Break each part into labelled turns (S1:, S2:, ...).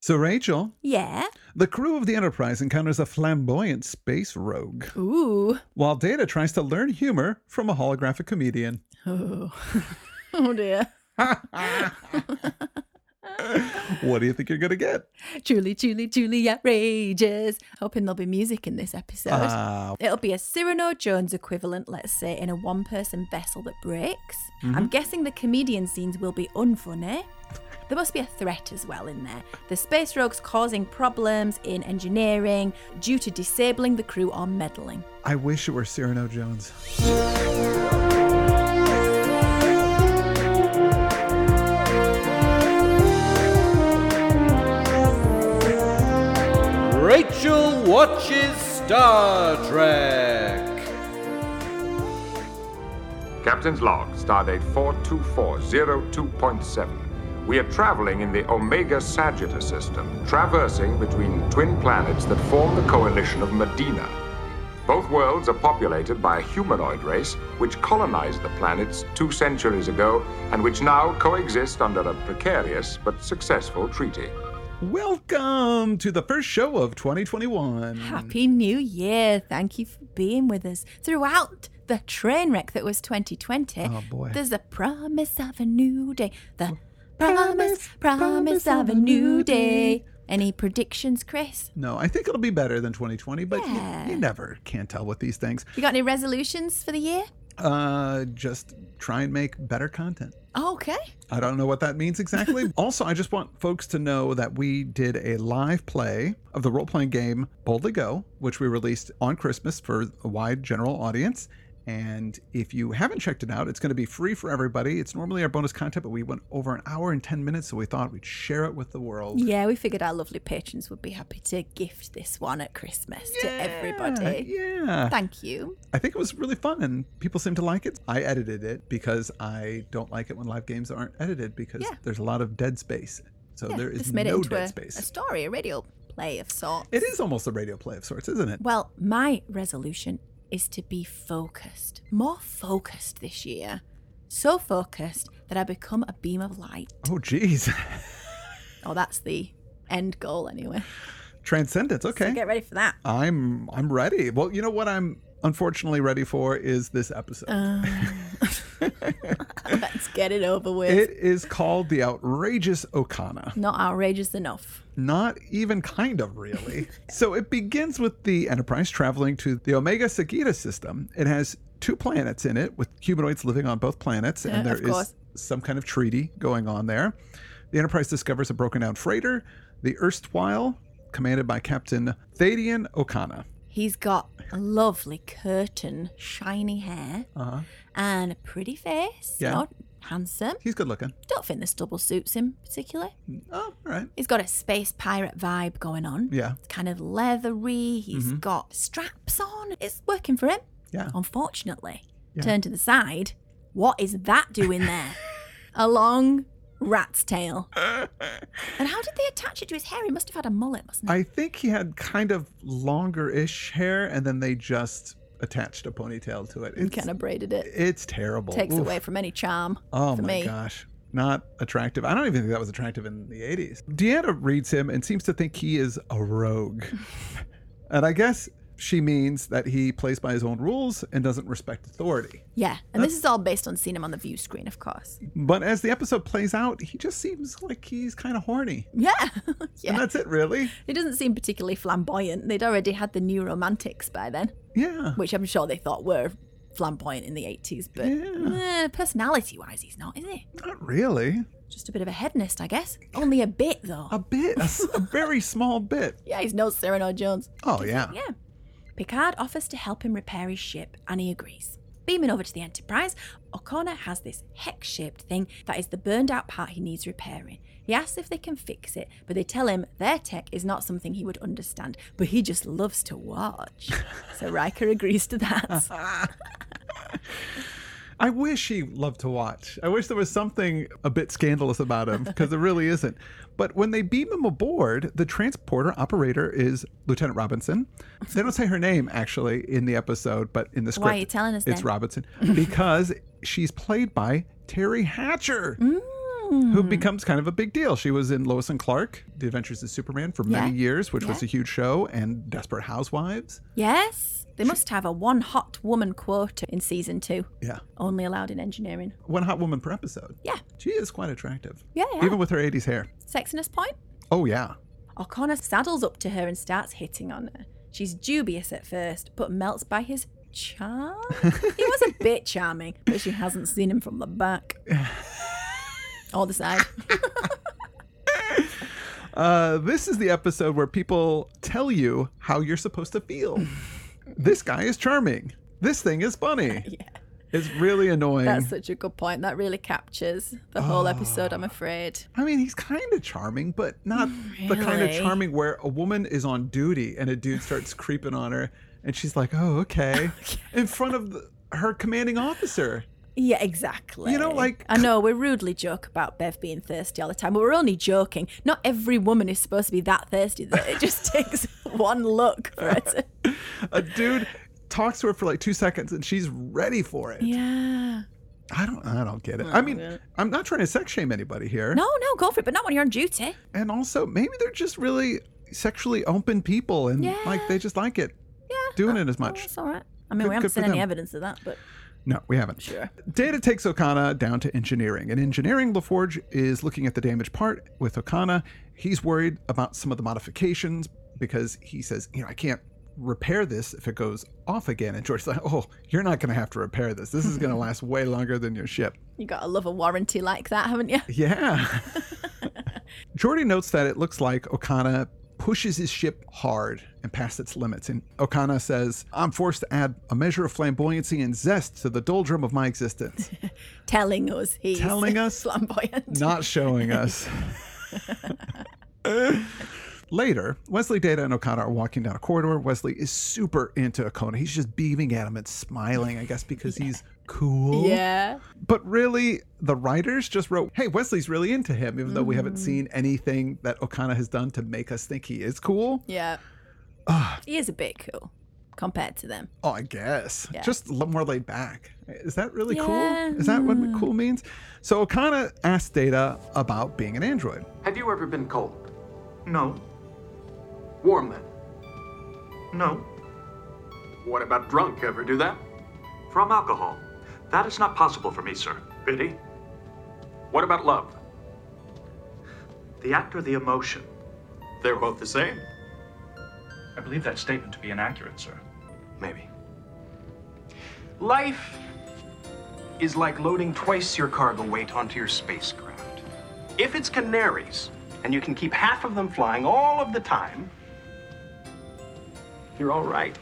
S1: So, Rachel,
S2: Yeah.
S1: the crew of the Enterprise encounters a flamboyant space rogue,
S2: Ooh.
S1: while Data tries to learn humor from a holographic comedian.
S2: Oh. oh dear.
S1: What do you think you're going to get?
S2: Truly, truly, truly outrageous. Hoping there'll be music in this episode.
S1: Ah,
S2: It'll be a Cyrano Jones equivalent, let's say, in a one person vessel that breaks. I'm guessing the comedian scenes will be unfunny. There must be a threat as well in there. The space rogues causing problems in engineering due to disabling the crew or meddling.
S1: I wish it were Cyrano Jones.
S3: Rachel watches Star Trek.
S4: Captain's log, stardate 42402.7. We are traveling in the Omega Sagittarius system, traversing between twin planets that form the coalition of Medina. Both worlds are populated by a humanoid race which colonized the planets two centuries ago and which now coexist under a precarious but successful treaty.
S1: Welcome to the first show of 2021.
S2: Happy New Year. Thank you for being with us throughout the train wreck that was 2020.
S1: Oh, boy.
S2: There's a promise of a new day. The promise, promise, of a new day. Any predictions, Chris?
S1: No, I think it'll be better than 2020, but y-
S2: Yeah.
S1: you, never can tell with these things.
S2: You got any resolutions for the year?
S1: Uh, just try and make better content.
S2: Okay.
S1: I don't know what that means exactly. also, I just want folks to know that we did a live play of the role playing game Boldly Go, which we released on Christmas for a wide general audience. And if you haven't checked it out, it's going to be free for everybody. It's normally our bonus content, but we went over an hour and 10 minutes, so we thought we'd share it with the world.
S2: Yeah, we figured our lovely patrons would be happy to gift this one at Christmas to everybody.
S1: Yeah.
S2: Thank you.
S1: I think it was really fun and people seem to like it. I edited it because I don't like it when live games aren't edited because
S2: Yeah.
S1: there's a lot of dead space. So there
S2: Just
S1: is
S2: made
S1: no
S2: it into
S1: dead
S2: a,
S1: space.
S2: a story, a radio play of sorts.
S1: It is almost a radio play of sorts, isn't it?
S2: Well, my resolution is to be focused, more focused this year. So focused that I become a beam of light.
S1: Oh, geez.
S2: Oh, that's the end goal, anyway.
S1: Transcendence. Okay.
S2: So get ready for that.
S1: I'm I'm ready. Well, you know what I'm unfortunately ready for is this episode.
S2: Let's get it over with.
S1: it is called The Outrageous Okana.
S2: Not outrageous enough.
S1: Not even kind of really. so it begins with the Enterprise traveling to the Omega Sagita system. It has two planets in it with humanoids living on both planets, and
S2: Yeah,
S1: there
S2: of
S1: is
S2: course.
S1: some kind of treaty going on there. The Enterprise discovers a broken down freighter, the erstwhile commanded by Captain Thadian Okana.
S2: He's got lovely curtain, shiny hair,
S1: Uh-huh.
S2: and a pretty face.
S1: Yeah.
S2: Not handsome.
S1: He's good looking.
S2: Don't think this double suits him particularly.
S1: Oh, all right.
S2: He's got a space pirate vibe going on.
S1: Yeah.
S2: It's kind of leathery. He's got straps on. It's working for him.
S1: Mm-hmm. Yeah.
S2: Unfortunately,
S1: Yeah.
S2: turn to the side. What is that doing there? a long rat's tail. and how did they attach it to his hair? He must have had a mullet, mustn't he?
S1: I think he had kind of longer ish hair, and then they just attached a ponytail to it. It's,
S2: kind of braided it.
S1: it's terrible.
S2: Takes
S1: Oof.
S2: away from any charm
S1: Oh
S2: for
S1: my
S2: me.
S1: gosh. Not attractive. I don't even think that was attractive in the 80s. Deanna reads him and seems to think he is a rogue. and I guess she means that he plays by his own rules and doesn't respect authority.
S2: Yeah, and this is all based on seeing him on the view screen, of course.
S1: But as the episode plays out, he just seems like he's kind of horny.
S2: Yeah,
S1: And
S2: yeah.
S1: that's it, really.
S2: It doesn't seem particularly flamboyant. They'd already had the new romantics by then.
S1: Yeah.
S2: which I'm sure they thought were flamboyant in the 80s, but personality wise, he's not, is he?
S1: Not really.
S2: Just a bit of a hedonist, I guess. Only a bit, though.
S1: A bit, a, s- a very small bit.
S2: yeah, he's no Cyrano Jones.
S1: Oh, yeah.
S2: Yeah. Picard offers to help him repair his ship, and he agrees. Beaming over to the Enterprise, O'Connor has this hex shaped thing that is the burned out part he needs repairing. He asks if they can fix it, but they tell him their tech is not something he would understand, but he just loves to watch. so Riker agrees to that.
S1: I wish he loved to watch. I wish there was something a bit scandalous about him because there really isn't. But when they beam him aboard, the transporter operator is Lieutenant Robinson. They don't say her name actually in the episode, but in the script,
S2: Why are you telling us
S1: it's
S2: then?
S1: Robinson because she's played by Terry Hatcher.
S2: Mm.
S1: who becomes kind of a big deal. She was in Lois and Clark, The Adventures of Superman, for many
S2: Yeah.
S1: years, which was
S2: Yeah.
S1: a huge show, and Desperate Housewives.
S2: Yes, they must have a one hot woman quota in season two,
S1: Yeah.
S2: only allowed in engineering.
S1: One hot woman per episode.
S2: Yeah,
S1: She is quite attractive.
S2: yeah, yeah.
S1: Even with her 80s hair.
S2: Sexiness point?
S1: Oh, yeah.
S2: O'Connor saddles up to her and starts hitting on her. She's dubious at first, but melts by his charm. he was a bit charming, but she hasn't seen him from the back or the side.
S1: Uh, this is the episode where people tell you how you're supposed to feel. this guy is charming. This thing is funny. It's really annoying.
S2: That's such a good point. That really captures the whole episode, I'm afraid.
S1: I mean, he's kind of charming, but not the kind of
S2: Really?
S1: charming where a woman is on duty and a dude starts creeping on her and she's like, oh, okay, in front of the, her commanding officer.
S2: Yeah, exactly.
S1: You know, like-
S2: I know we rudely joke about Bev being thirsty all the time, but we're only joking. Not every woman is supposed to be that thirsty. That it just takes one look for it. To...
S1: A dude talks to her for like two seconds and she's ready for it.
S2: Yeah.
S1: I don't I don't get it. I mean, I'm not trying to sex shame anybody here.
S2: No, no, go for it, but not when you're on duty.
S1: And also, maybe they're just really sexually open people and
S2: Yeah.
S1: like they just like it. Yeah. Doing it as much.
S2: Oh, That's all right. I
S1: Good-
S2: mean, we
S1: good
S2: haven't
S1: for
S2: seen any
S1: them.
S2: evidence of that, but
S1: No, we haven't.
S2: sure.
S1: Data takes Okana down to engineering. In engineering, LaForge is looking at the damaged part with Okana. He's worried about some of the modifications because he says, you know, I can't repair this if it goes off again. And George's like, oh, you're not going to have to repair this. This is going to last way longer than your ship.
S2: You got to love a warranty like that, haven't you?
S1: Yeah. Jordy notes that it looks like Okana pushes his ship hard and past its limits. And Okana says, I'm forced to add a measure of flamboyancy and zest to the doldrum of my existence,
S2: Telling us he's
S1: Telling us-
S2: flamboyant.
S1: not showing us. Later, Wesley, Data, and Okana are walking down a corridor. Wesley is super into Okana. He's just beaming at him and smiling, I guess, because he's cool.
S2: Yeah.
S1: But really, the writers just wrote, hey, Wesley's really into him, even though we
S2: Mm-hmm.
S1: haven't seen anything that Okana has done to make us think he is cool.
S2: Yeah.
S1: Ah.
S2: He is a bit cool compared to them.
S1: Oh, I guess.
S2: Yeah.
S1: Just a little more laid back. Is that really
S2: Yeah. mm.
S1: cool? Is that what cool means? So Okana asked Data about being an android.
S5: Have you ever been cold?
S6: No.
S5: Warm then.
S6: No.
S5: What about drunk? Ever do that?
S6: From alcohol. That is not possible for me, sir. Biddy,
S5: What about love?
S6: the act or the emotion?
S5: They're both the same.
S6: I believe that statement to be inaccurate, sir.
S5: Maybe. Life is like loading twice your cargo weight onto your spacecraft. If it's canaries, and you can keep half of them flying all of the time, you're all right.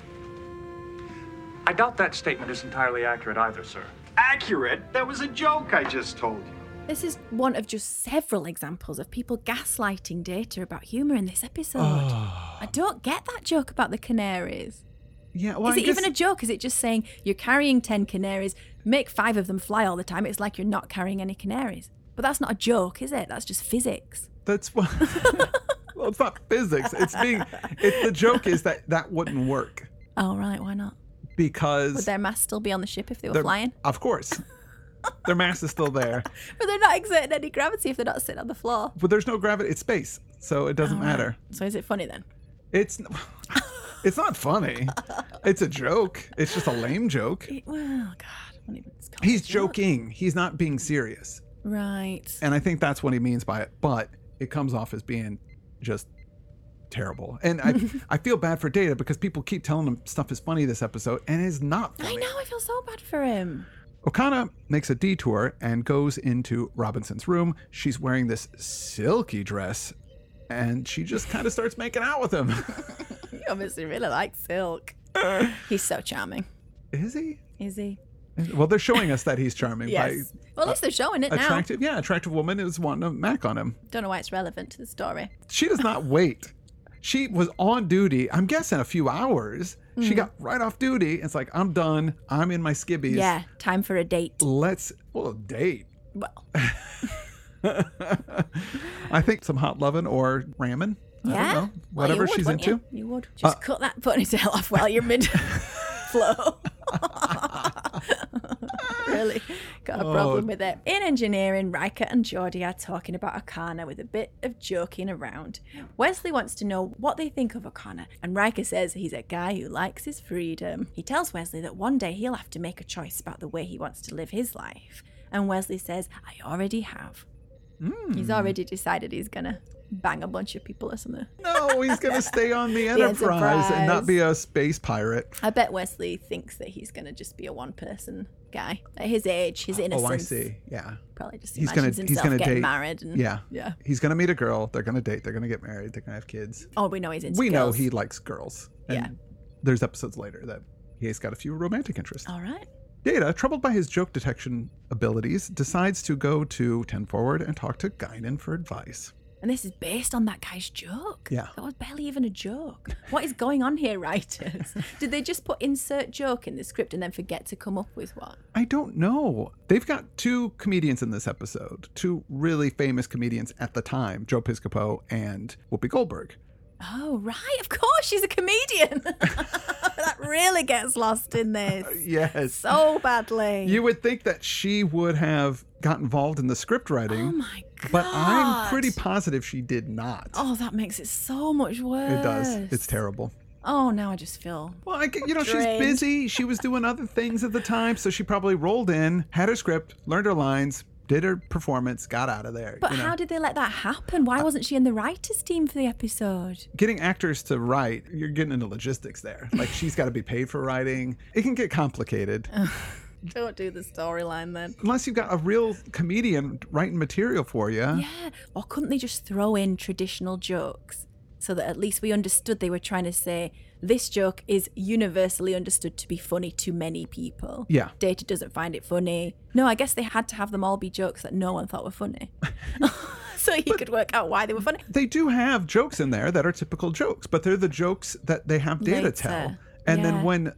S6: I doubt that statement is entirely accurate either, sir.
S5: Accurate? That was a joke I just told you.
S2: This is one of just several examples of people gaslighting data about humour in this episode.
S1: Ah.
S2: I don't get that joke about the canaries.
S1: Yeah, well,
S2: is
S1: I
S2: it
S1: guess,
S2: even a joke? Is it just saying you're carrying 10 canaries, make five of them fly all the time? It's like you're not carrying any canaries. But that's not a joke, is it? That's just physics.
S1: that's what. well, it's not physics. It's being. It, the joke is that that wouldn't work
S2: Oh, right, why not? Would
S1: because
S2: their mass still be on the ship if they were
S1: they're-
S2: flying?
S1: Of course, their mass is still there.
S2: But they're not exerting any gravity if they're not sitting on the floor.
S1: but there's no gravity. It's space, so it
S2: Oh,
S1: doesn't matter.
S2: So is it funny then?
S1: It's it's not funny. It's a joke. It's just a lame joke.
S2: It, well, God, I don't even. it's called
S1: He's
S2: a joke.
S1: joking. He's not being serious,
S2: Right.
S1: and I think that's what he means by it. But it comes off as being just terrible. And I I feel bad for Data because people keep telling him stuff is funny this episode, and it's not
S2: I
S1: funny.
S2: know, I feel so bad for him.
S1: Okana makes a detour and goes into Robinson's room. She's wearing this silky dress, and she just kind of starts making out with him.
S2: He obviously really likes Silk. He's so charming.
S1: Is he?
S2: Is he?
S1: Well, they're showing us that he's charming
S2: Yes. Well, at least they're showing it
S1: by
S2: now.
S1: attractive, yeah, attractive woman is wanting to mac on him.
S2: Don't know why it's relevant to the story.
S1: She does not wait. She was on duty. I'm guessing a few hours.
S2: Mm-hmm.
S1: She got right off duty. It's like I'm done. I'm in my skibbies.
S2: Yeah, time for a date.
S1: Let's well date.
S2: Well,
S1: I think some hot lovin' or ramen. I don't
S2: yeah.
S1: know.
S2: Well, you
S1: Whatever
S2: would,
S1: she's
S2: wouldn't
S1: into. Uh,
S2: You? You would. Just cut that ponytail off while you're mid flow. really got a
S1: Oh.
S2: problem with it. In engineering, Riker and Geordi are talking about Akana with a bit of joking around. Wesley wants to know what they think of Akana, and Riker says he's a guy who likes his freedom. He tells Wesley that one day he'll have to make a choice about the way he wants to live his life. And Wesley says, I already have.
S1: Hmm.
S2: He's already decided he's gonna bang a bunch of people or something.
S1: No, he's going to stay on the Enterprise and not
S2: Enterprise.
S1: be a space pirate.
S2: I bet Wesley thinks that he's gonna just be a one person guy. At his age, his innocence.
S1: Oh, I see. Yeah.
S2: Probably just
S1: He's gonna
S2: imagines
S1: he's
S2: himself
S1: gonna
S2: getting
S1: date.
S2: married and
S1: yeah.
S2: yeah.
S1: He's gonna meet a girl. They're gonna date. They're gonna get married. They're gonna have kids.
S2: Oh, we know he's into
S1: we know
S2: girls.
S1: he likes girls. And
S2: Yeah. Oh.
S1: There's episodes later that he's got a few romantic interests.
S2: All right.
S1: Data, troubled by his joke detection abilities, decides to go to Ten Forward and talk to Guinan for advice.
S2: And this is based on that guy's joke.
S1: Yeah.
S2: That was barely even a joke. What is going on here, writers? Did they just put insert joke in the script and then forget to come up with one?
S1: I don't know. They've got two comedians in this episode, two really famous comedians at the time, Joe Piscopo and Whoopi Goldberg.
S2: Oh, right. Of course, she's a comedian. that really gets lost in this
S1: Yes.
S2: so badly.
S1: You would think that she would have got involved in the script writing,
S2: oh, my God.
S1: but I'm pretty positive she did not.
S2: Oh, that makes it so much worse.
S1: It does. It's terrible.
S2: Oh, now I just feel.
S1: Well, I, get- you know, she's
S2: Drained.
S1: busy. She was doing other things at the time, so she probably rolled in, had her script, learned her lines, did her performance, got out of there.
S2: But
S1: you know.
S2: how did they let that happen? Why wasn't she in the writers' team for the episode?
S1: getting actors to write, you're getting into logistics there. Like she's got to be paid for writing. It can get complicated.
S2: Don't do the storyline then.
S1: Unless you've got a real comedian writing material for you.
S2: Yeah. Or couldn't they just throw in traditional jokes so that at least we understood they were trying to say this joke is universally understood to be funny to many people?
S1: Yeah.
S2: Data doesn't find it funny. No, I guess they had to have them all be jokes that no one thought were funny. so you could work out why they were funny.
S1: They do have jokes in there that are typical jokes, but they're the jokes that they have data
S2: Later.
S1: tell. And
S2: uh, Yeah.
S1: then when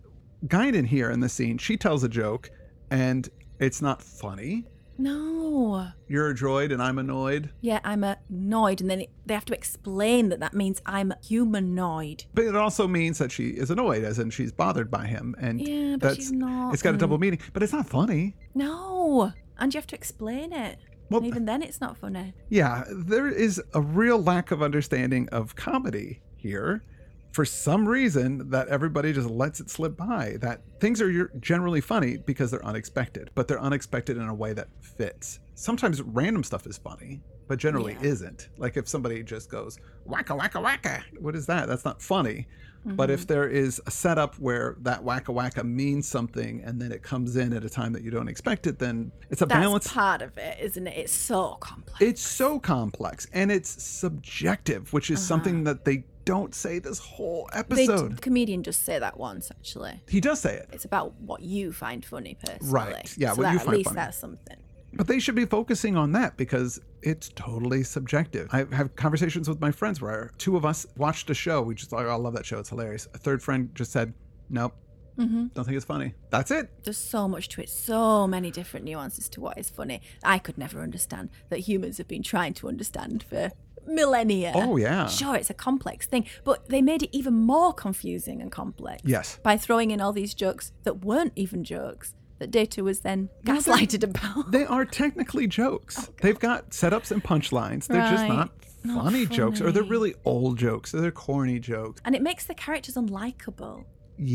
S1: Guinan here in the scene, she tells a joke and it's not funny.
S2: No.
S1: You're a droid and I'm annoyed.
S2: Yeah, I'm annoyed. And then it- they have to explain that that means I'm humanoid.
S1: But it also means that she is annoyed, as in she's bothered by him. And
S2: Yeah, but she's not,
S1: It's got a
S2: and-
S1: double meaning, but it's not funny.
S2: No. And you have to explain it.
S1: Well,
S2: and even then, it's not funny.
S1: Yeah, there is a real lack of understanding of comedy here. For some reason, that everybody just lets it slip by. That things are your- generally funny because they're unexpected, but they're unexpected in a way that fits. Sometimes random stuff is funny, but generally
S2: Yeah.
S1: isn't. Like if somebody just goes wacka wacka wacka, what is that? That's not funny. But
S2: Mm-hmm.
S1: if there is a setup where that wacka wacka means something and then it comes in at a time that you don't expect it, then it's a
S2: That's
S1: balance.
S2: part of it, isn't it? It's so complex.
S1: It's so complex and it's subjective, which is something that they don't say this whole
S2: Uh-huh. They-
S1: episode.
S2: the comedian does say that once, actually.
S1: He does say it,
S2: It's about what you find funny personally.
S1: Yeah,
S2: so
S1: what
S2: that,
S1: you
S2: at
S1: find
S2: least
S1: funny.
S2: that's something.
S1: but they should be focusing on that because it's totally subjective. I have conversations with my friends where two of us watched a show. We just like, oh, I love that show. It's hilarious. A third friend just said, nope,
S2: Mm-hmm.
S1: don't think it's funny. That's it.
S2: There's so much to it, so many different nuances to what is funny. I could never understand that humans have been trying to understand for millennia.
S1: Oh, yeah.
S2: Sure, it's a complex thing, but they made it even more confusing and complex.
S1: Yes.
S2: By throwing in all these jokes that weren't even jokes, that Data was then gaslighted about.
S1: They are technically jokes. They've got setups and punchlines. They're just
S2: Oh, Right.
S1: not funny,
S2: Not
S1: jokes, or they're
S2: funny.
S1: really old jokes, or they're corny jokes.
S2: and it makes the characters unlikable.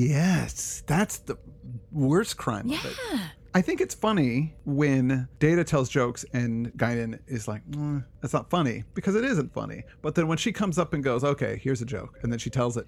S1: Yes, that's the worst crime of it.
S2: Yeah.
S1: I think it's funny when Data tells jokes and Guinan is like, "Mm, that's not funny because it isn't funny. But then when she comes up and goes, okay, here's a joke, and then she tells it,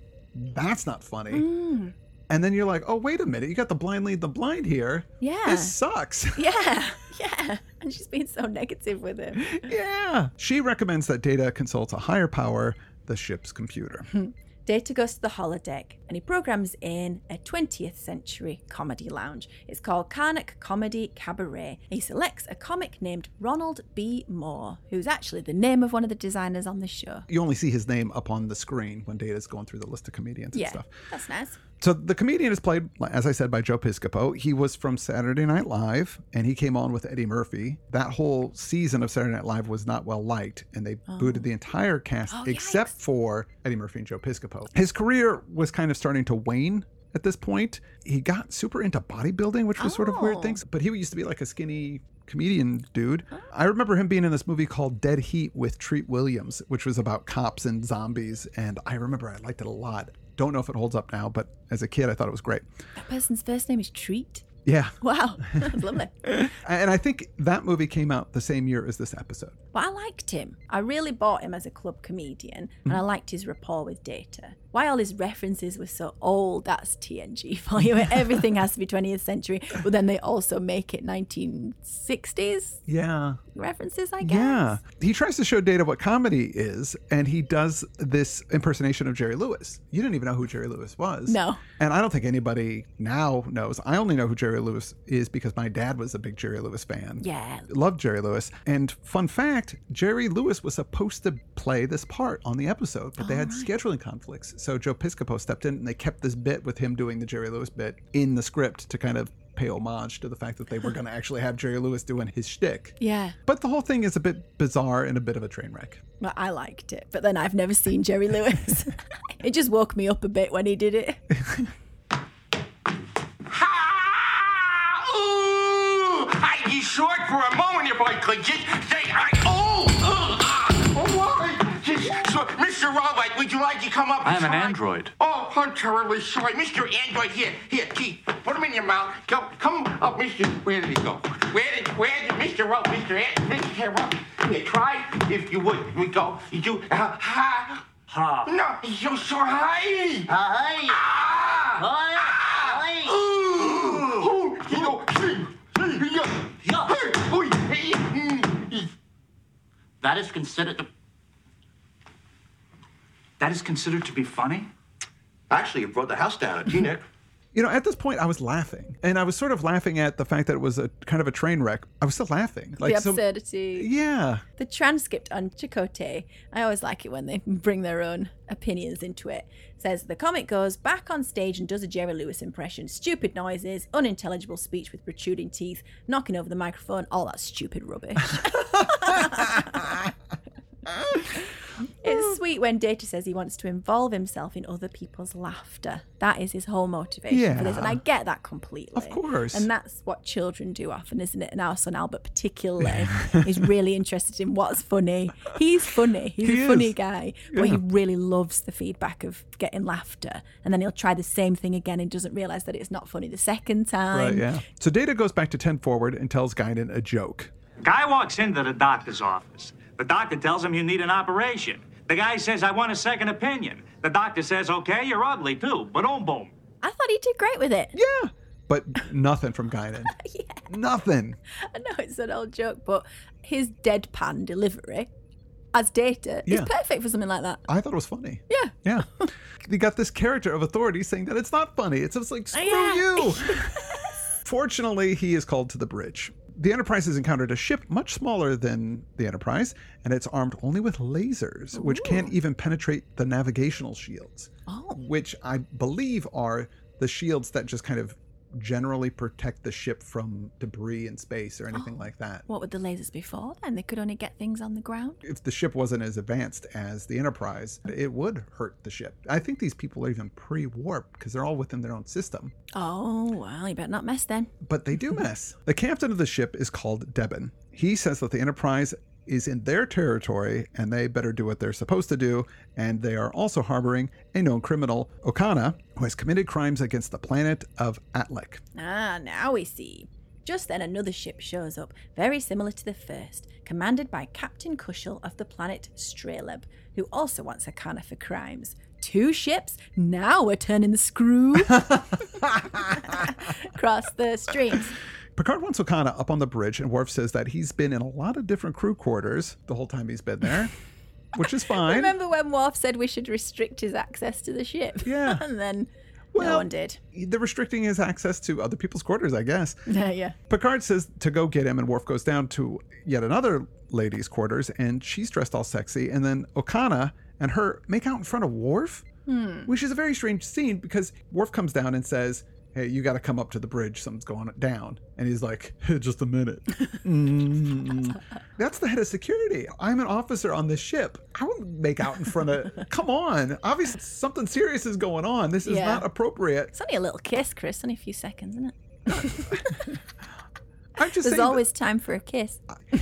S1: that's not funny.
S2: Mm.
S1: And then you're like, oh, wait a minute, you got the blind lead the blind here.
S2: Yeah.
S1: This sucks.
S2: Yeah, yeah. And she's been so negative with him.
S1: yeah. She recommends that Data consult a higher power, the ship's computer.
S2: Hmm. Data goes to the holodeck and he programs in a 20th century comedy lounge. It's called Karnak Comedy Cabaret. He selects a comic named Ronald B. Moore, who's actually the name of one of the designers on the show.
S1: you only see his name up on the screen when Data's going through the list of comedians
S2: Yeah,
S1: and stuff.
S2: that's nice.
S1: So the comedian is played, as I said, by Joe Piscopo. He was from Saturday Night Live, and he came on with Eddie Murphy. That whole season of Saturday Night Live was not well liked, and they booted the entire cast
S2: Oh,
S1: except
S2: yikes.
S1: for Eddie Murphy and Joe Piscopo. His career was kind of starting to wane at this point. He got super into bodybuilding, which was sort of weird
S2: Oh.
S1: things, but he used to be like a skinny comedian dude. I remember him being in this movie called Dead Heat with Treat Williams, which was about cops and zombies. And I remember I liked it a lot. Don't know if it holds up now, but as a kid, I thought it was great.
S2: That person's first name is Treat.
S1: Yeah.
S2: Wow, that's lovely.
S1: And I think that movie came out the same year as this episode.
S2: But I liked him. I really bought him as a club comedian, and I liked his rapport with data. Why all his references were so old, that's TNG for you. Everything has to be 20th century, but then they also make it 1960s
S1: Yeah.
S2: references, I guess.
S1: Yeah. He tries to show Data what comedy is, and he does this impersonation of Jerry Lewis. You didn't even know who Jerry Lewis was.
S2: No.
S1: And I don't think anybody now knows. I only know who Jerry Lewis is because my dad was a big Jerry Lewis fan.
S2: Yeah.
S1: Loved Jerry Lewis. And fun fact Jerry Lewis was supposed to play this part on the episode, but they had scheduling conflicts. So Joe Piscopo stepped in and they kept this bit with him doing the Jerry Lewis bit in the script to kind of pay homage to the fact that they were going to actually have Jerry Lewis doing his shtick.
S2: Yeah.
S1: But the whole thing is a bit bizarre and a bit of a train wreck.
S2: Well, I liked it, but then I've never seen Jerry Lewis. it just woke me up a bit when he did it.
S7: Ha! Ooh! I, you short for a moment, your boy could just say, I, oh! Ugh, ah, oh, why? Just, so, Mr. Robot, would you like to come up?
S6: I am an
S7: try?
S6: android.
S7: Oh, I'm terribly sorry. Mr. Android, here, here, Keith, put him in your mouth. Go, come up, Mr. Where did he go? Where did, where did Mr. Robot, Mr. An- Mr. Robot? Here, try, if you would, we go. You do, uh, ha!
S6: Ha.
S7: No, he's so, so high! Hi! Ah!
S8: Hi.
S7: Ah!
S8: Hi.
S7: Ooh! Ooh, you know, see, see, yeah,
S8: Yeah.
S7: hey, ooh, hey, mm,
S8: That is considered.
S6: That is considered to be funny?
S7: Actually, you brought the house down at G-Neck.
S1: You know, at this point, I was laughing, and I was sort of laughing at the fact that it was a kind of a train wreck. I was still laughing, like
S2: the
S1: so-
S2: absurdity.
S1: yeah,
S2: The transcript on Chicote, I always like it when they bring their own opinions into it, says the comic goes back on stage and does a Jerry Lewis impression. Stupid noises, unintelligible speech with protruding teeth, knocking over the microphone, all that stupid rubbish. it's sweet when Data says he wants to involve himself in other people's laughter. That is his whole motivation for this, and
S1: Yeah.
S2: I get that completely.
S1: Of course.
S2: And that's what children do often, isn't it? And our son Albert, particularly, is really interested in what's funny. He's funny. He's
S1: He
S2: a
S1: is.
S2: funny guy, but he really loves the feedback of getting laughter. And then he'll try the same thing again and doesn't realize that it's not funny the second time.
S1: right, yeah. So Data goes back to ten forward and tells Guinan a joke.
S6: Guy walks into the doctor's office. The doctor tells him you need an operation. The guy says, I want a second opinion. The doctor says, okay, you're ugly too, but boom boom.
S2: I thought he did great with it.
S1: Yeah, but nothing from Guinan. Nothing.
S2: I know it's an old joke, but his deadpan delivery as data
S1: Yeah.
S2: is perfect for something like that.
S1: I thought it was funny.
S2: Yeah.
S1: Yeah. they got this character of authority saying that it's not funny. It's just like, screw
S2: yeah.
S1: you. Fortunately, he is called to the bridge. The Enterprise has encountered a ship much smaller than the Enterprise, and it's armed only with lasers, which can't even penetrate the navigational shields,
S2: Oh.
S1: which I believe are the shields that just kind of generally protect the ship from debris in space or anything
S2: Oh,
S1: like that.
S2: What would the lasers be for then? They could only get things on the ground.
S1: If the ship wasn't as advanced as the Enterprise, it would hurt the ship. I think these people are even pre warp because they're all within their own system.
S2: Oh, well, you better not mess then.
S1: but they do mess. The captain of the ship is called Deben. He says that the Enterprise is in their territory and they better do what they're supposed to do. And they are also harboring a known criminal, Okana, who has committed crimes against the planet of Atlek.
S2: Ah, now we see. Just then, another ship shows up, very similar to the first, commanded by Captain Cushel of the planet Streleb, who also wants Akana for crimes. Two ships? Now we're turning the screw. Across the streams.
S1: Picard wants Okana up on the bridge, and Worf says that he's been in a lot of different crew quarters the whole time he's been there, which is fine.
S2: Remember when Worf said we should restrict his access to the ship?
S1: Yeah.
S2: and then no
S1: Well-
S2: one did.
S1: They're restricting his access to other people's quarters, I guess.
S2: Yeah, yeah.
S1: Picard says to go get him, and Worf goes down to yet another lady's quarters, and she's dressed all sexy. And then Okana and
S2: Hmm.
S1: her make out in front of Worf, which is a very strange scene because Worf comes down and says, hey, you got to come up to the bridge. Something's going down. And he's like, just a minute. Mm. That's the head of security. I'm an officer on this ship. I wouldn't make out in front of. Come on. Obviously, something serious is going on. This is
S2: Yeah.
S1: not appropriate.
S2: It's only a little kiss, Chris, only a few seconds, isn't it?
S1: I'm just saying
S2: There's
S1: that
S2: always time for a kiss.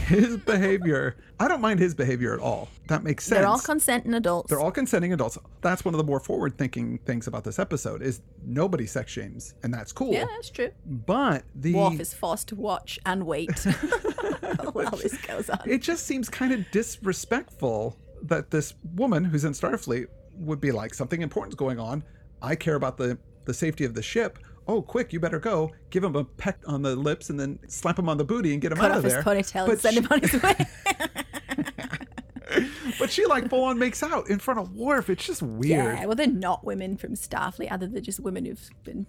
S1: his behavior. I don't mind his behavior at all. That makes sense.
S2: They're all consenting adults.
S1: They're all consenting adults. That's one of the more forward-thinking things about this episode is nobody sex shames, and that's cool.
S2: yeah, that's true.
S1: But the
S2: Worf is forced to watch and wait while this goes on.
S1: it just seems kind of disrespectful that this woman who's in Starfleet would be like, something important's going on. I care about the, the safety of the ship. Oh, quick, you better go. Give him a peck on the lips and then slap him on the booty and get him
S2: Cut
S1: out
S2: off
S1: of
S2: his
S1: there.
S2: ponytail
S1: But
S2: and send
S1: she-
S2: him on his way.
S1: But she like full on makes out in front of Worf. It's just weird.
S2: yeah, well, they're not women from Starfleet, either. They're just women who've been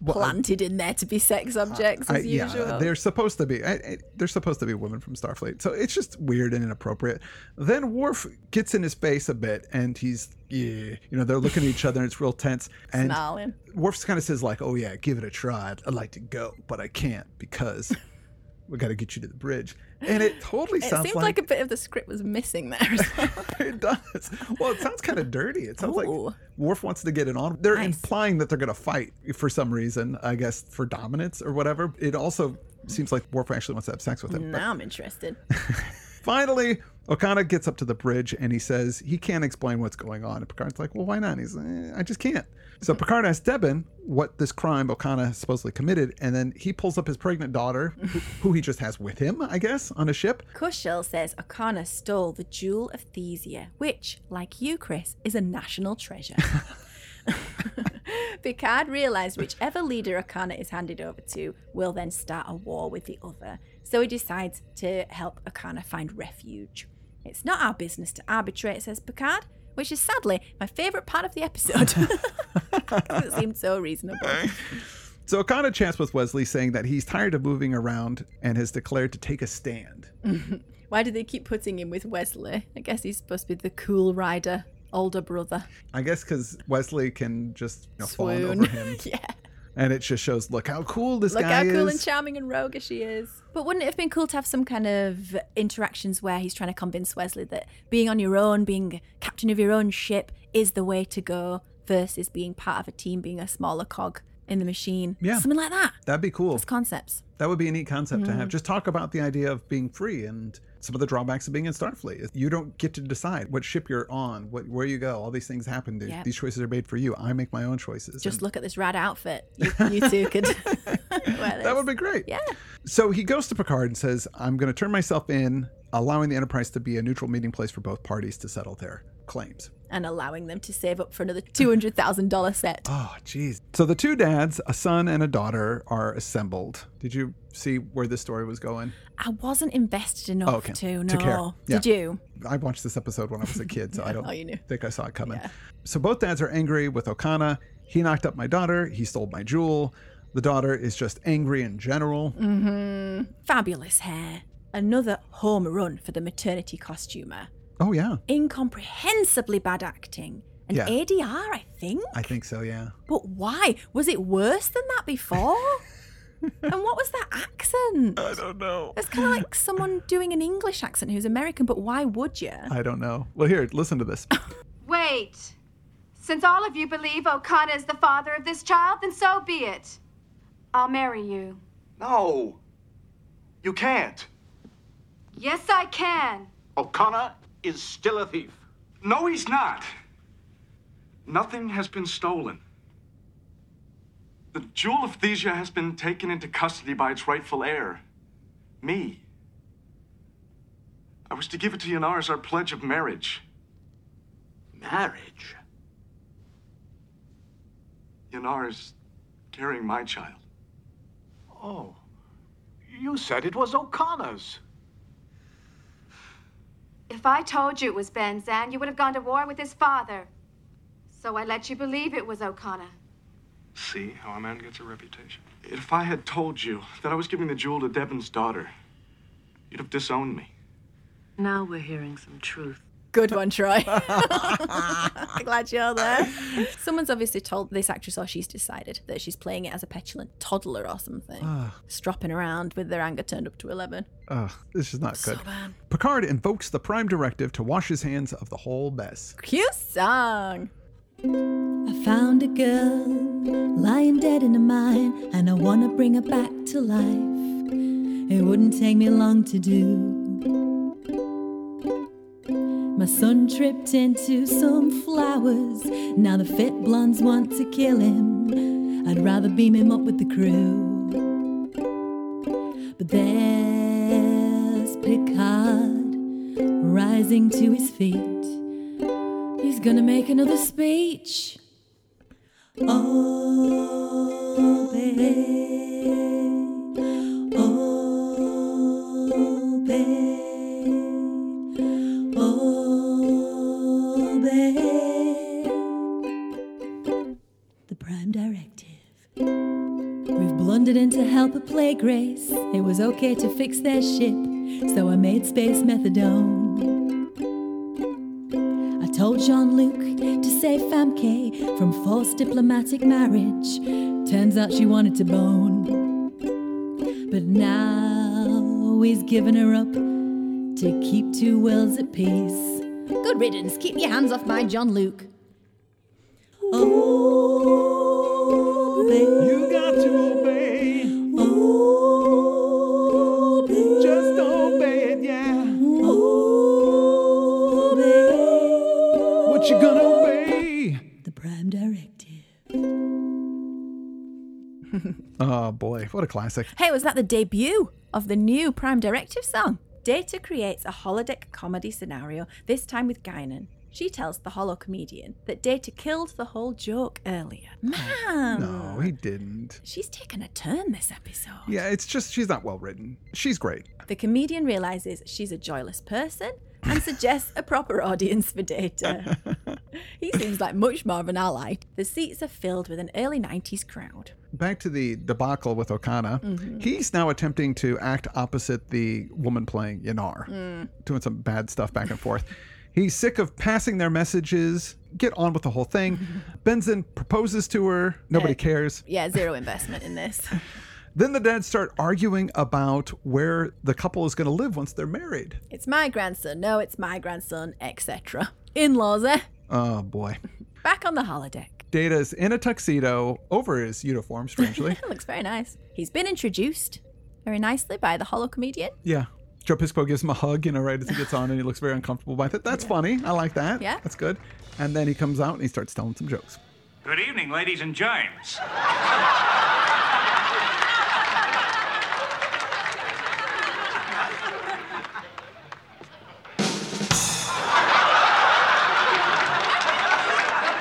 S1: Well, I-
S2: planted in there to be sex objects,
S1: I-
S2: as usual.
S1: they're supposed to be. I, I, they're supposed to be women from Starfleet, so it's just weird and inappropriate. Then Worf gets in his face a bit, and he's yeah, you know, they're looking at each other, and it's real tense. And
S2: Snarling.
S1: Worf kind of says like, "Oh yeah, give it a try. I'd, I'd like to go, but I can't because we got to get you to the bridge." And it totally
S2: It
S1: sounds
S2: seems like, a bit of the script was missing there. as well.
S1: it does. Well, it sounds kind of dirty. It sounds
S2: Ooh.
S1: like Worf wants to get it on. They're
S2: Nice.
S1: implying that they're going to fight for some reason, I guess, for dominance or whatever. It also seems like Worf actually wants to have sex with him. But
S2: now I'm interested.
S1: finally, Okada gets up to the bridge and he says he can't explain what's going on. And Picard's like, well, why not? And he's like, "Eh, I just can't. So
S2: Mm.
S1: Picard asks Debin what this crime Okana supposedly committed, and then he pulls up his pregnant daughter, who, who he just has with him, I guess, on a ship.
S2: Kushel says O'Connor stole the Jewel of Thesia, which, like you, Chris, is a national treasure. Picard realised whichever leader O'Connor is handed over to will then start a war with the other, so he decides to help O'Connor find refuge. It's not our business to arbitrate, says Picard, which is sadly my favourite part of the episode. 'Cause it seemed so reasonable.
S1: So O'Connor chats with Wesley, saying that he's tired of moving around and has declared to take a stand.
S2: Why do they keep putting him with Wesley? I guess he's supposed to be the cool rider, older brother.
S1: I guess because Wesley can just you know, fawn
S2: Swoon.
S1: over him,
S2: yeah.
S1: and it just shows, look how cool this
S2: Look
S1: guy
S2: how cool
S1: is.
S2: and charming and roguish he is. But wouldn't it have been cool to have some kind of interactions where he's trying to convince Wesley that being on your own, being captain of your own ship, is the way to go versus being part of a team, being a smaller cog in the machine?
S1: Yeah.
S2: Something like that.
S1: That'd be cool.
S2: Those concepts.
S1: That would be a neat concept to have.
S2: Mm.
S1: Just talk about the idea of being free and some of the drawbacks of being in Starfleet. You don't get to decide what ship you're on, what where you go. All these things happen. These-
S2: Yep.
S1: These choices are made for you. I make my own choices.
S2: Just
S1: And
S2: look at this rad outfit. You, you two could wear this.
S1: that would be great.
S2: Yeah.
S1: So he goes to Picard and says, I'm going to turn myself in, allowing the Enterprise to be a neutral meeting place for both parties to settle their claims.
S2: And allowing them to save up for another $200,000 set.
S1: Oh, jeez. So the two dads, a son and a daughter, are assembled. Did you see where this story was going?
S2: I wasn't invested enough
S1: Oh, Okay.
S2: to,
S1: To care.
S2: no.
S1: Yeah.
S2: Did you?
S1: I watched this episode when I was a kid, so I don't
S2: Oh, you knew.
S1: think I saw it coming. So both dads are angry with Okana. He knocked up my daughter. He stole my jewel. The daughter is just angry in general.
S2: Mm. Fabulous hair. Another home run for the maternity costumer.
S1: Oh, yeah.
S2: Incomprehensibly bad acting. An
S1: Yeah.
S2: ADR, I think.
S1: I think so, yeah.
S2: But why? Was it worse than that before? and what was that accent?
S1: I don't know.
S2: It's kind of like someone doing an English accent who's American, but why would you?
S1: I don't know. Well, here, listen to this.
S9: Wait. Since all of you believe O'Connor is the father of this child, then so be it. I'll marry you.
S5: No. You can't.
S9: Yes, I can.
S5: O'Connor is still a thief. No, he's not. Nothing has been stolen. The Jewel of Thesia has been taken into custody by its rightful heir, me. I was to give it to Yanar as our pledge of marriage.
S8: Marriage?
S5: Yanar is carrying my child.
S10: Oh, you said it was O'Connor's.
S9: If I told you it was Ben Zan, you would have gone to war with his father. So I let you believe it was O'Connor.
S5: See how a man gets a reputation? If I had told you that I was giving the jewel to Devon's daughter, you'd have disowned me.
S11: Now we're hearing some truth.
S2: Good one, Troy. Glad you're there. Someone's obviously told this actress, or she's decided that she's playing it as a petulant toddler or something,
S1: Ugh.
S2: stropping around with their anger turned up to 11.
S1: Ugh, this is not
S2: So
S1: good.
S2: bad.
S1: Picard invokes the Prime Directive to wash his hands of the whole mess.
S2: Cue song. I found a girl lying dead in a mine, and I want to bring her back to life. It wouldn't take me long to do. My son tripped into some flowers. Now the fit blondes want to kill him. I'd rather beam him up with the crew. But there's Picard rising to his feet. He's gonna make another speech. Oh, babe. Oh, babe. Oh, babe. The prime directive. We've blundered into help a plague race. It was okay to fix their ship, so I made space methadone. I told Jean Luc to save Famke from forced diplomatic marriage. Turns out she wanted to bone. But now he's given her up to keep two worlds at peace. Good riddance, keep your hands off my John Luke. Oh,
S11: You got to obey. Just obey it, yeah.
S1: What you gonna obey?
S2: The prime directive.
S1: Oh boy, what a classic.
S2: Hey, was that the debut of the new Prime Directive song? Data creates a holodeck comedy scenario, this time with Guinan. She tells the hollow comedian that Data killed the whole joke earlier. Man!
S1: No, he didn't.
S2: She's taken a turn this episode.
S1: Yeah, it's just she's not well written. She's great.
S2: The comedian realizes she's a joyless person and suggests a proper audience for Data. he seems like much more of an ally. The seats are filled with an early 90s crowd.
S1: Back to the debacle with Okana.
S2: Mhm.
S1: He's now attempting to act opposite the woman playing Yanar, doing some bad stuff back and forth. He's sick of passing their messages. Get on with the whole thing. Benson proposes to her. Nobody
S2: Uh,
S1: cares.
S2: Yeah, zero investment in this.
S1: Then the dads start arguing about where the couple is going to live once they're married.
S2: It's my grandson. No, it's my grandson, etc. In laws, eh?
S1: Oh boy.
S2: Back on the holodeck.
S1: Data's in a tuxedo over his uniform, strangely.
S2: Looks very nice. He's been introduced very nicely by the hollow comedian.
S1: yeah. Joe Piscopo gives him a hug, you know, right as he gets on, and he looks very uncomfortable by it. That's funny. I like that.
S2: Yeah.
S1: That's good. And then he comes out and he starts telling some jokes.
S6: Good evening, ladies and germs.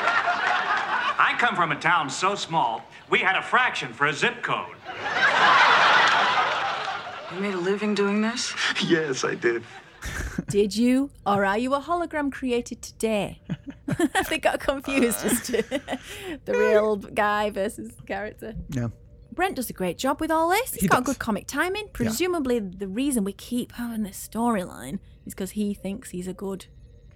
S6: I come from a town so small, we had a fraction for a zip code.
S12: You made a living doing this?
S5: Yes, I did.
S2: Did you, or are you a hologram created today? they got confused as to the real guy versus character.
S1: Yeah.
S2: Brent does a great job with all this. He's
S1: He
S2: got
S1: does.
S2: good comic timing. Presumably, the reason we keep having this storyline is because he thinks he's a good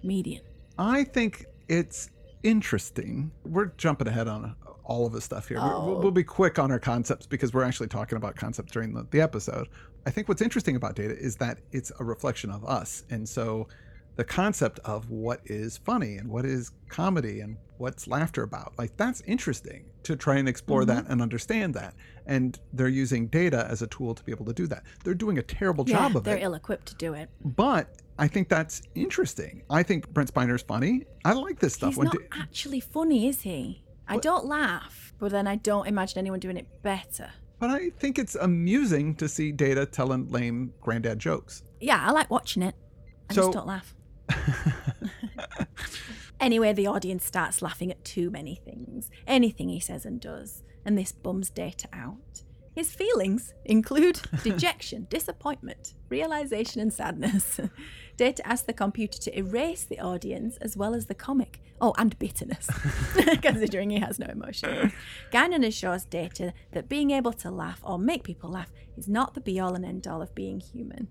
S2: comedian.
S1: I think it's interesting. We're jumping ahead on all of his stuff here. We're- We'll,
S2: Oh.
S1: we'll be quick on our concepts because we're actually talking about concepts during the, the episode. I think what's interesting about data is that it's a reflection of us. And so the concept of what is funny and what is comedy and what's laughter about, like that's interesting to try and explore
S2: Mm-hmm.
S1: that and understand that. And they're using data as a tool to be able to do that. They're doing a terrible
S2: yeah,
S1: job of
S2: they're
S1: it
S2: ill-equipped to do it.
S1: but I think that's interesting. I think Brent Spiner's funny. I like this stuff.
S2: He's not actually funny, is he? I don't laugh, but then I don't imagine anyone doing it better.
S1: but I think it's amusing to see Data telling lame granddad jokes.
S2: Yeah, I like watching it. I
S1: So-
S2: just don't laugh. anyway, the audience starts laughing at too many things, anything he says and does, and this bums Data out. His feelings include dejection, disappointment, realization, and sadness. Data asks the computer to erase the audience as well as the comic. Oh, and bitterness, considering he has no emotion. Guinan assures Data that being able to laugh or make people laugh is not the be all and end all of being human.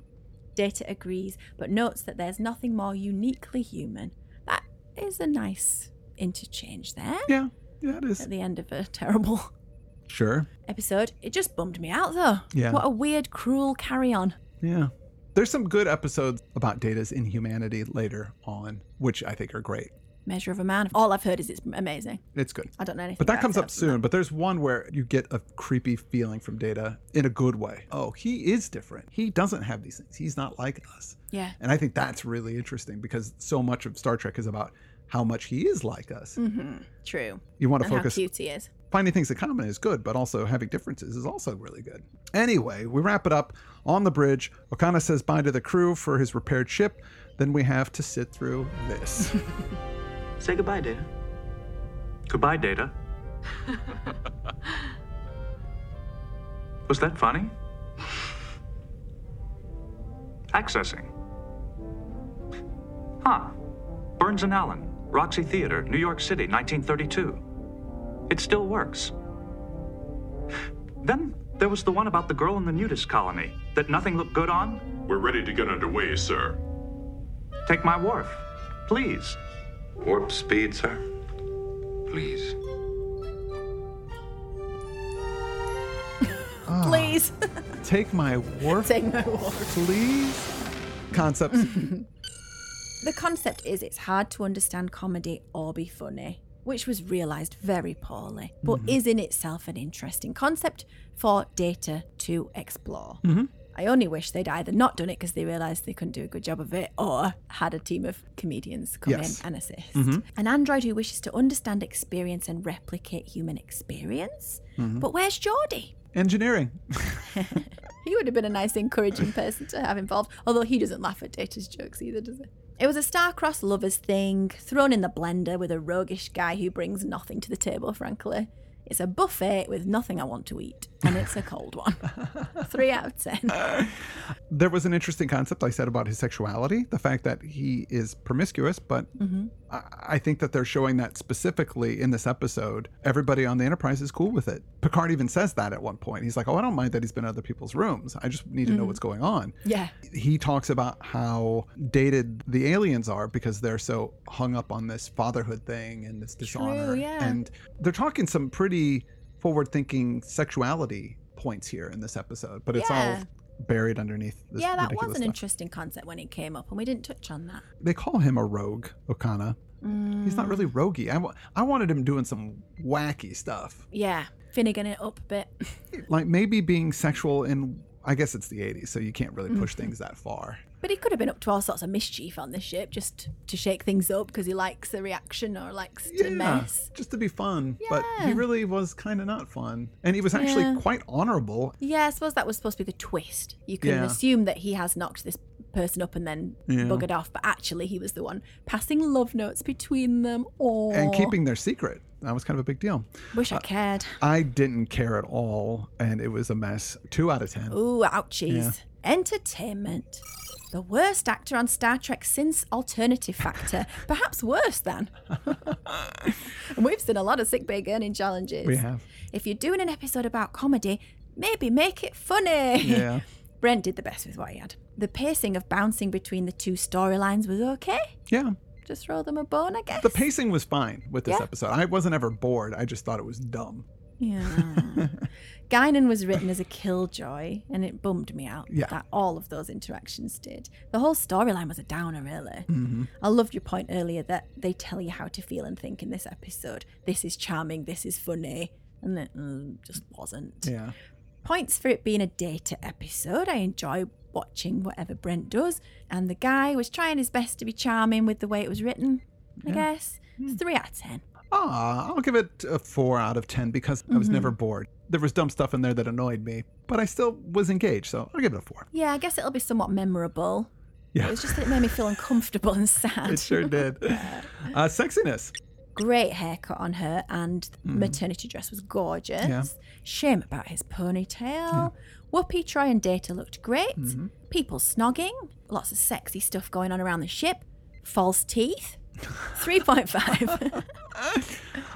S2: Data agrees, but notes that there's nothing more uniquely human. That is a nice interchange there.
S1: Yeah, yeah, it is.
S2: At the end of a terrible
S1: Sure.
S2: episode. It just bummed me out though.
S1: Yeah.
S2: What a weird, cruel carry on.
S1: Yeah. There's some good episodes about Data's inhumanity later on, which I think are great.
S2: Measure of a Man. All I've heard is it's amazing.
S1: It's good.
S2: I don't know anything.
S1: But that
S2: about
S1: comes
S2: it.
S1: up soon. But there's one where you get a creepy feeling from Data in a good way. Oh, he is different. He doesn't have these things. He's not like us.
S2: Yeah.
S1: And I think that's really interesting because so much of Star Trek is about how much he is like us.
S2: Mm-hmm. True.
S1: You wanna
S2: And
S1: focus-
S2: How cute he is.
S1: Finding things in common is good, but also having differences is also really good. Anyway, we wrap it up on the bridge. Okana says bye to the crew for his repaired ship. Then we have to sit through this.
S10: Say goodbye, Data.
S6: Goodbye, Data. Was that funny? Accessing. Huh. Burns and Allen, Roxy Theater, New York City, 1932. It still works. Then there was the one about the girl in the nudist colony that nothing looked good on.
S13: We're ready to get underway, sir.
S6: Take my wharf, please.
S13: Warp speed, sir.
S7: Please.
S1: Ah.
S2: Please.
S1: Take my warp.
S2: Take my warp.
S1: Please. Concepts.
S2: The concept is it's hard to understand comedy or be funny, which was realised very poorly, but
S14: Mhm.
S2: is in itself an interesting concept for data to explore.
S14: Mhm.
S2: I only wish they'd either not done it because they realised they couldn't do a good job of it or had a team of comedians come
S14: Yes.
S2: in and assist.
S14: Mhm.
S2: An android who wishes to understand, experience, and replicate human experience.
S1: Mhm.
S2: But where's Geordie?
S1: Engineering.
S2: He would have been a nice, encouraging person to have involved, although he doesn't laugh at Data's jokes either, does he? It was a star-crossed lovers thing, thrown in the blender with a roguish guy who brings nothing to the table, frankly. It's a buffet with nothing I want to eat, and it's a cold one. Three out of ten.
S1: There was an interesting concept I said about his sexuality, the fact that he is promiscuous, but
S2: Mm-hmm.
S1: I, I think that they're showing that specifically in this episode. Everybody on the Enterprise is cool with it. Picard even says that at one point. He's like, Oh, I don't mind that he's been in other people's rooms. I just need to know
S2: Mhm.
S1: what's going on.
S2: Yeah.
S1: He talks about how dated the aliens are because they're so hung up on this fatherhood thing and this dishonor.
S2: yeah.
S1: And they're talking some pretty forward thinking sexuality points here in this episode, but it's
S2: Yeah.
S1: all buried underneath this
S2: yeah, that was an
S1: ridiculous stuff.
S2: interesting concept when it came up, and we didn't touch on that.
S1: They call him a rogue, Okana. He's not
S2: Mm.
S1: really roguey. I wa- I wanted him doing some wacky stuff.
S2: Yeah, Finnegan it up a bit.
S1: Like maybe being sexual in, I guess it's the 80s, so you can't really
S2: Mm-hmm.
S1: push things that far.
S2: But he could have been up to all sorts of mischief on the ship just to shake things up because he likes the reaction or likes to mess.
S1: just to be fun. But he really was kind of not fun. And he was actually
S2: Yeah.
S1: quite honorable.
S2: Yeah, I suppose that was supposed to be the twist. You can
S1: Yeah.
S2: assume that he has knocked this person up and then
S1: Yeah.
S2: buggered off, but actually he was the one passing love notes between them. Oh,
S1: And keeping their secret. That was kind of a big deal.
S2: Wish I
S1: Uh,
S2: cared.
S1: I didn't care at all, and it was a mess. Two out of 10.
S2: Ooh, ouchies. Entertainment. The worst actor on Star Trek since Alternative Factor. Perhaps worse than. and we've seen a lot of sick big earning challenges.
S1: We have.
S2: If you're doing an episode about comedy, maybe make it funny.
S1: Yeah.
S2: Brent did the best with what he had. The pacing of bouncing between the two storylines was okay.
S1: Yeah.
S2: Just throw them a bone, I guess.
S1: The pacing was fine with this
S2: Yeah.
S1: episode. I wasn't ever bored. I just thought it was dumb.
S2: Yeah. Guinan was written as a killjoy, and it bummed me out
S1: Yeah.
S2: that all of those interactions did. The whole storyline was a downer, really.
S1: Mm-hmm.
S2: I loved your point earlier that they tell you how to feel and think in this episode. This is charming, this is funny, and it mm, just wasn't.
S1: Yeah.
S2: Points for it being a data episode. I enjoy watching whatever Brent does, and the guy was trying his best to be charming with the way it was written, I
S1: Yeah. Hmm.
S2: guess. Three out of ten.
S1: Ah, I'll give it a four out of ten because I was
S2: Mhm.
S1: never bored. There was dumb stuff in there that annoyed me, but I still was engaged, so I'll give it a four.
S2: Yeah, I guess it'll be somewhat memorable.
S1: Yeah.
S2: It was just that it made me feel uncomfortable and sad.
S1: It sure did. uh, sexiness.
S2: Great haircut on her, and the
S1: Mhm.
S2: maternity dress was gorgeous.
S1: Yeah.
S2: Shame about his ponytail. Whoopi, Troy, and Data looked great.
S1: Mhm.
S2: People snogging. Lots of sexy stuff going on around the ship. False teeth. 3.5.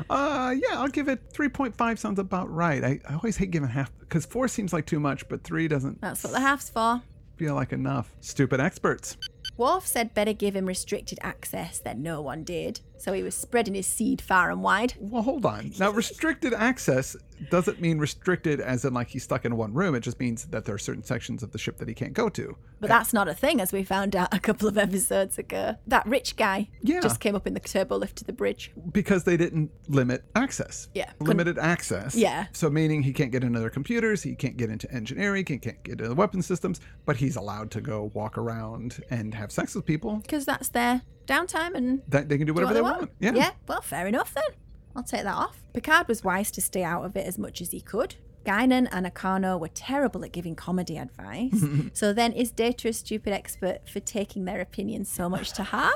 S1: Uh, yeah, I'll give it 3.5 sounds about right. I, I always hate giving half because four seems like too much, but three doesn't
S2: That's what the half's for.
S1: feel like enough. Stupid experts.
S2: Worf said better give him restricted access than no one did. So he was spreading his seed far and wide.
S1: Well, hold on. Now, restricted access doesn't mean restricted as in like he's stuck in one room. It just means that there are certain sections of the ship that he can't go to.
S2: But that's not a thing, as we found out a couple of episodes ago. That rich guy just came up in the turbo lift to the bridge.
S1: Because they didn't limit access.
S2: Yeah.
S1: Limited access.
S2: Yeah.
S1: So, meaning he can't get into their computers, he can't get into engineering, he can't get into the weapon systems, but he's allowed to go walk around and have sex with people.
S2: Because that's their downtime and
S1: That they can do whatever they want. Yeah.
S2: well, fair enough then. I'll take that off. Picard was wise to stay out of it as much as he could. Guinan and Akano were terrible at giving comedy advice. so then is Data a stupid expert for taking their opinions so much to heart?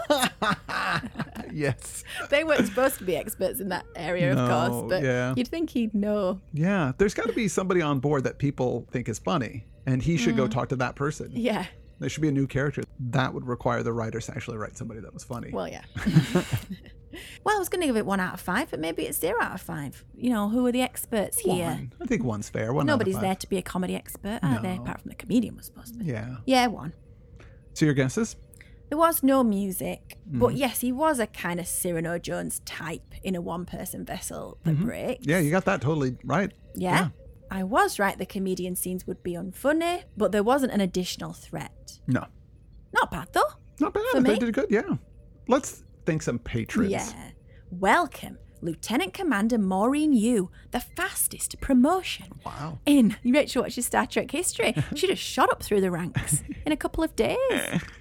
S1: Yes.
S2: they weren't supposed to be experts in that area, of
S1: No,
S2: course, but
S1: yeah.
S2: you'd think he'd know.
S1: Yeah. There's got to be somebody on board that people think is funny, and he should go
S2: Mm.
S1: talk to that person.
S2: Yeah.
S1: There should be a new character. That would require the writers to actually write somebody that was funny.
S2: Well, yeah. well, I was going to give it one out of five, but maybe it's zero out of five. You know, who are the experts here?
S1: I think one's fair. One out of
S2: Nobody's
S1: five.
S2: there to be a comedy expert, are they?
S1: No.
S2: Apart from the comedian, was supposed to be.
S1: Yeah.
S2: Yeah, one.
S1: So your guesses?
S2: There was no music, but
S1: Mhm.
S2: yes, he was a kind of Cyrano Jones type in a one person vessel that
S1: Mhm.
S2: breaks.
S1: Yeah, you got that totally right.
S2: Yeah. I was right, the comedian scenes would be unfunny, but there wasn't an additional threat.
S1: No.
S2: Not bad though.
S1: Not bad.
S2: For
S1: they
S2: me?
S1: did good. Yeah. Let's thank some patrons.
S2: Yeah. Welcome, Lieutenant Commander Maureen Yu, the fastest promotion
S1: Wow.
S2: in Rachel Watches Star Trek history. She just shot up through the ranks in a couple of days.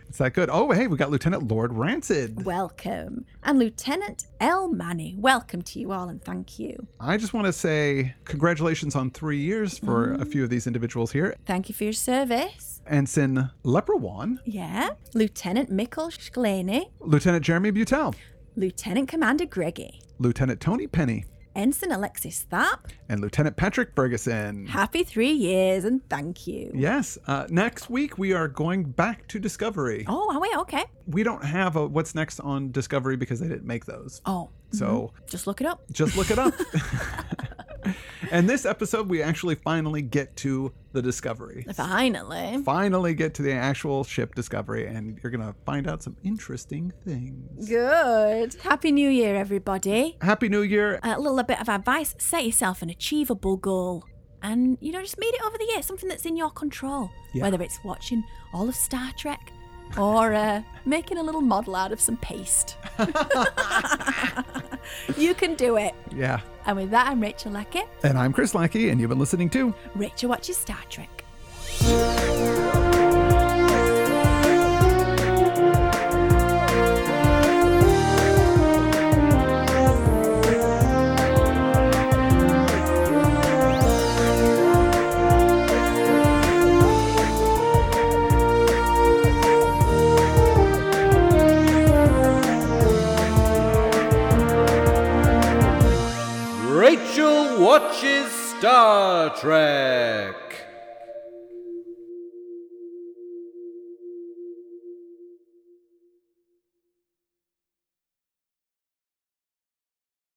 S1: Is that good? Oh, hey, we got Lieutenant Lord Rancid.
S2: Welcome. And Lieutenant L. Manny, welcome to you all and thank you.
S1: I just want to say congratulations on three years for
S2: Mm.
S1: a few of these individuals here.
S2: Thank you for your service.
S1: Ensign Leprewan,
S2: Yeah. Lieutenant Mikkel Schlaney,
S1: Lieutenant Jeremy Butel,
S2: Lieutenant Commander Greggy,
S1: Lieutenant Tony Penny,
S2: Ensign Alexis Tharp,
S1: and Lieutenant Patrick Ferguson.
S2: happy three years and thank you.
S1: Yes. Uh, next week, we are going back to Discovery.
S2: Oh, are we? Okay.
S1: We don't have a what's next on Discovery because they didn't make those.
S2: Oh.
S1: So
S2: mhm. just look it up.
S1: just look it up. and this episode, we actually finally get to the Discovery.
S2: Finally.
S1: Finally, get to the actual ship Discovery, and you're going to find out some interesting things.
S2: Good. Happy New Year, everybody.
S1: Happy New Year.
S2: A little bit of advice set yourself an achievable goal and, you know, just meet it over the year, something that's in your control.
S1: Yeah.
S2: Whether it's watching all of Star Trek or uh, making a little model out of some paste. you can do it.
S1: Yeah.
S2: And with that, I'm Rachel Leckett.
S1: And I'm Chris Lackey, and you've been listening to
S2: Rachel watches Star Trek.
S3: Rachel watches Star Trek.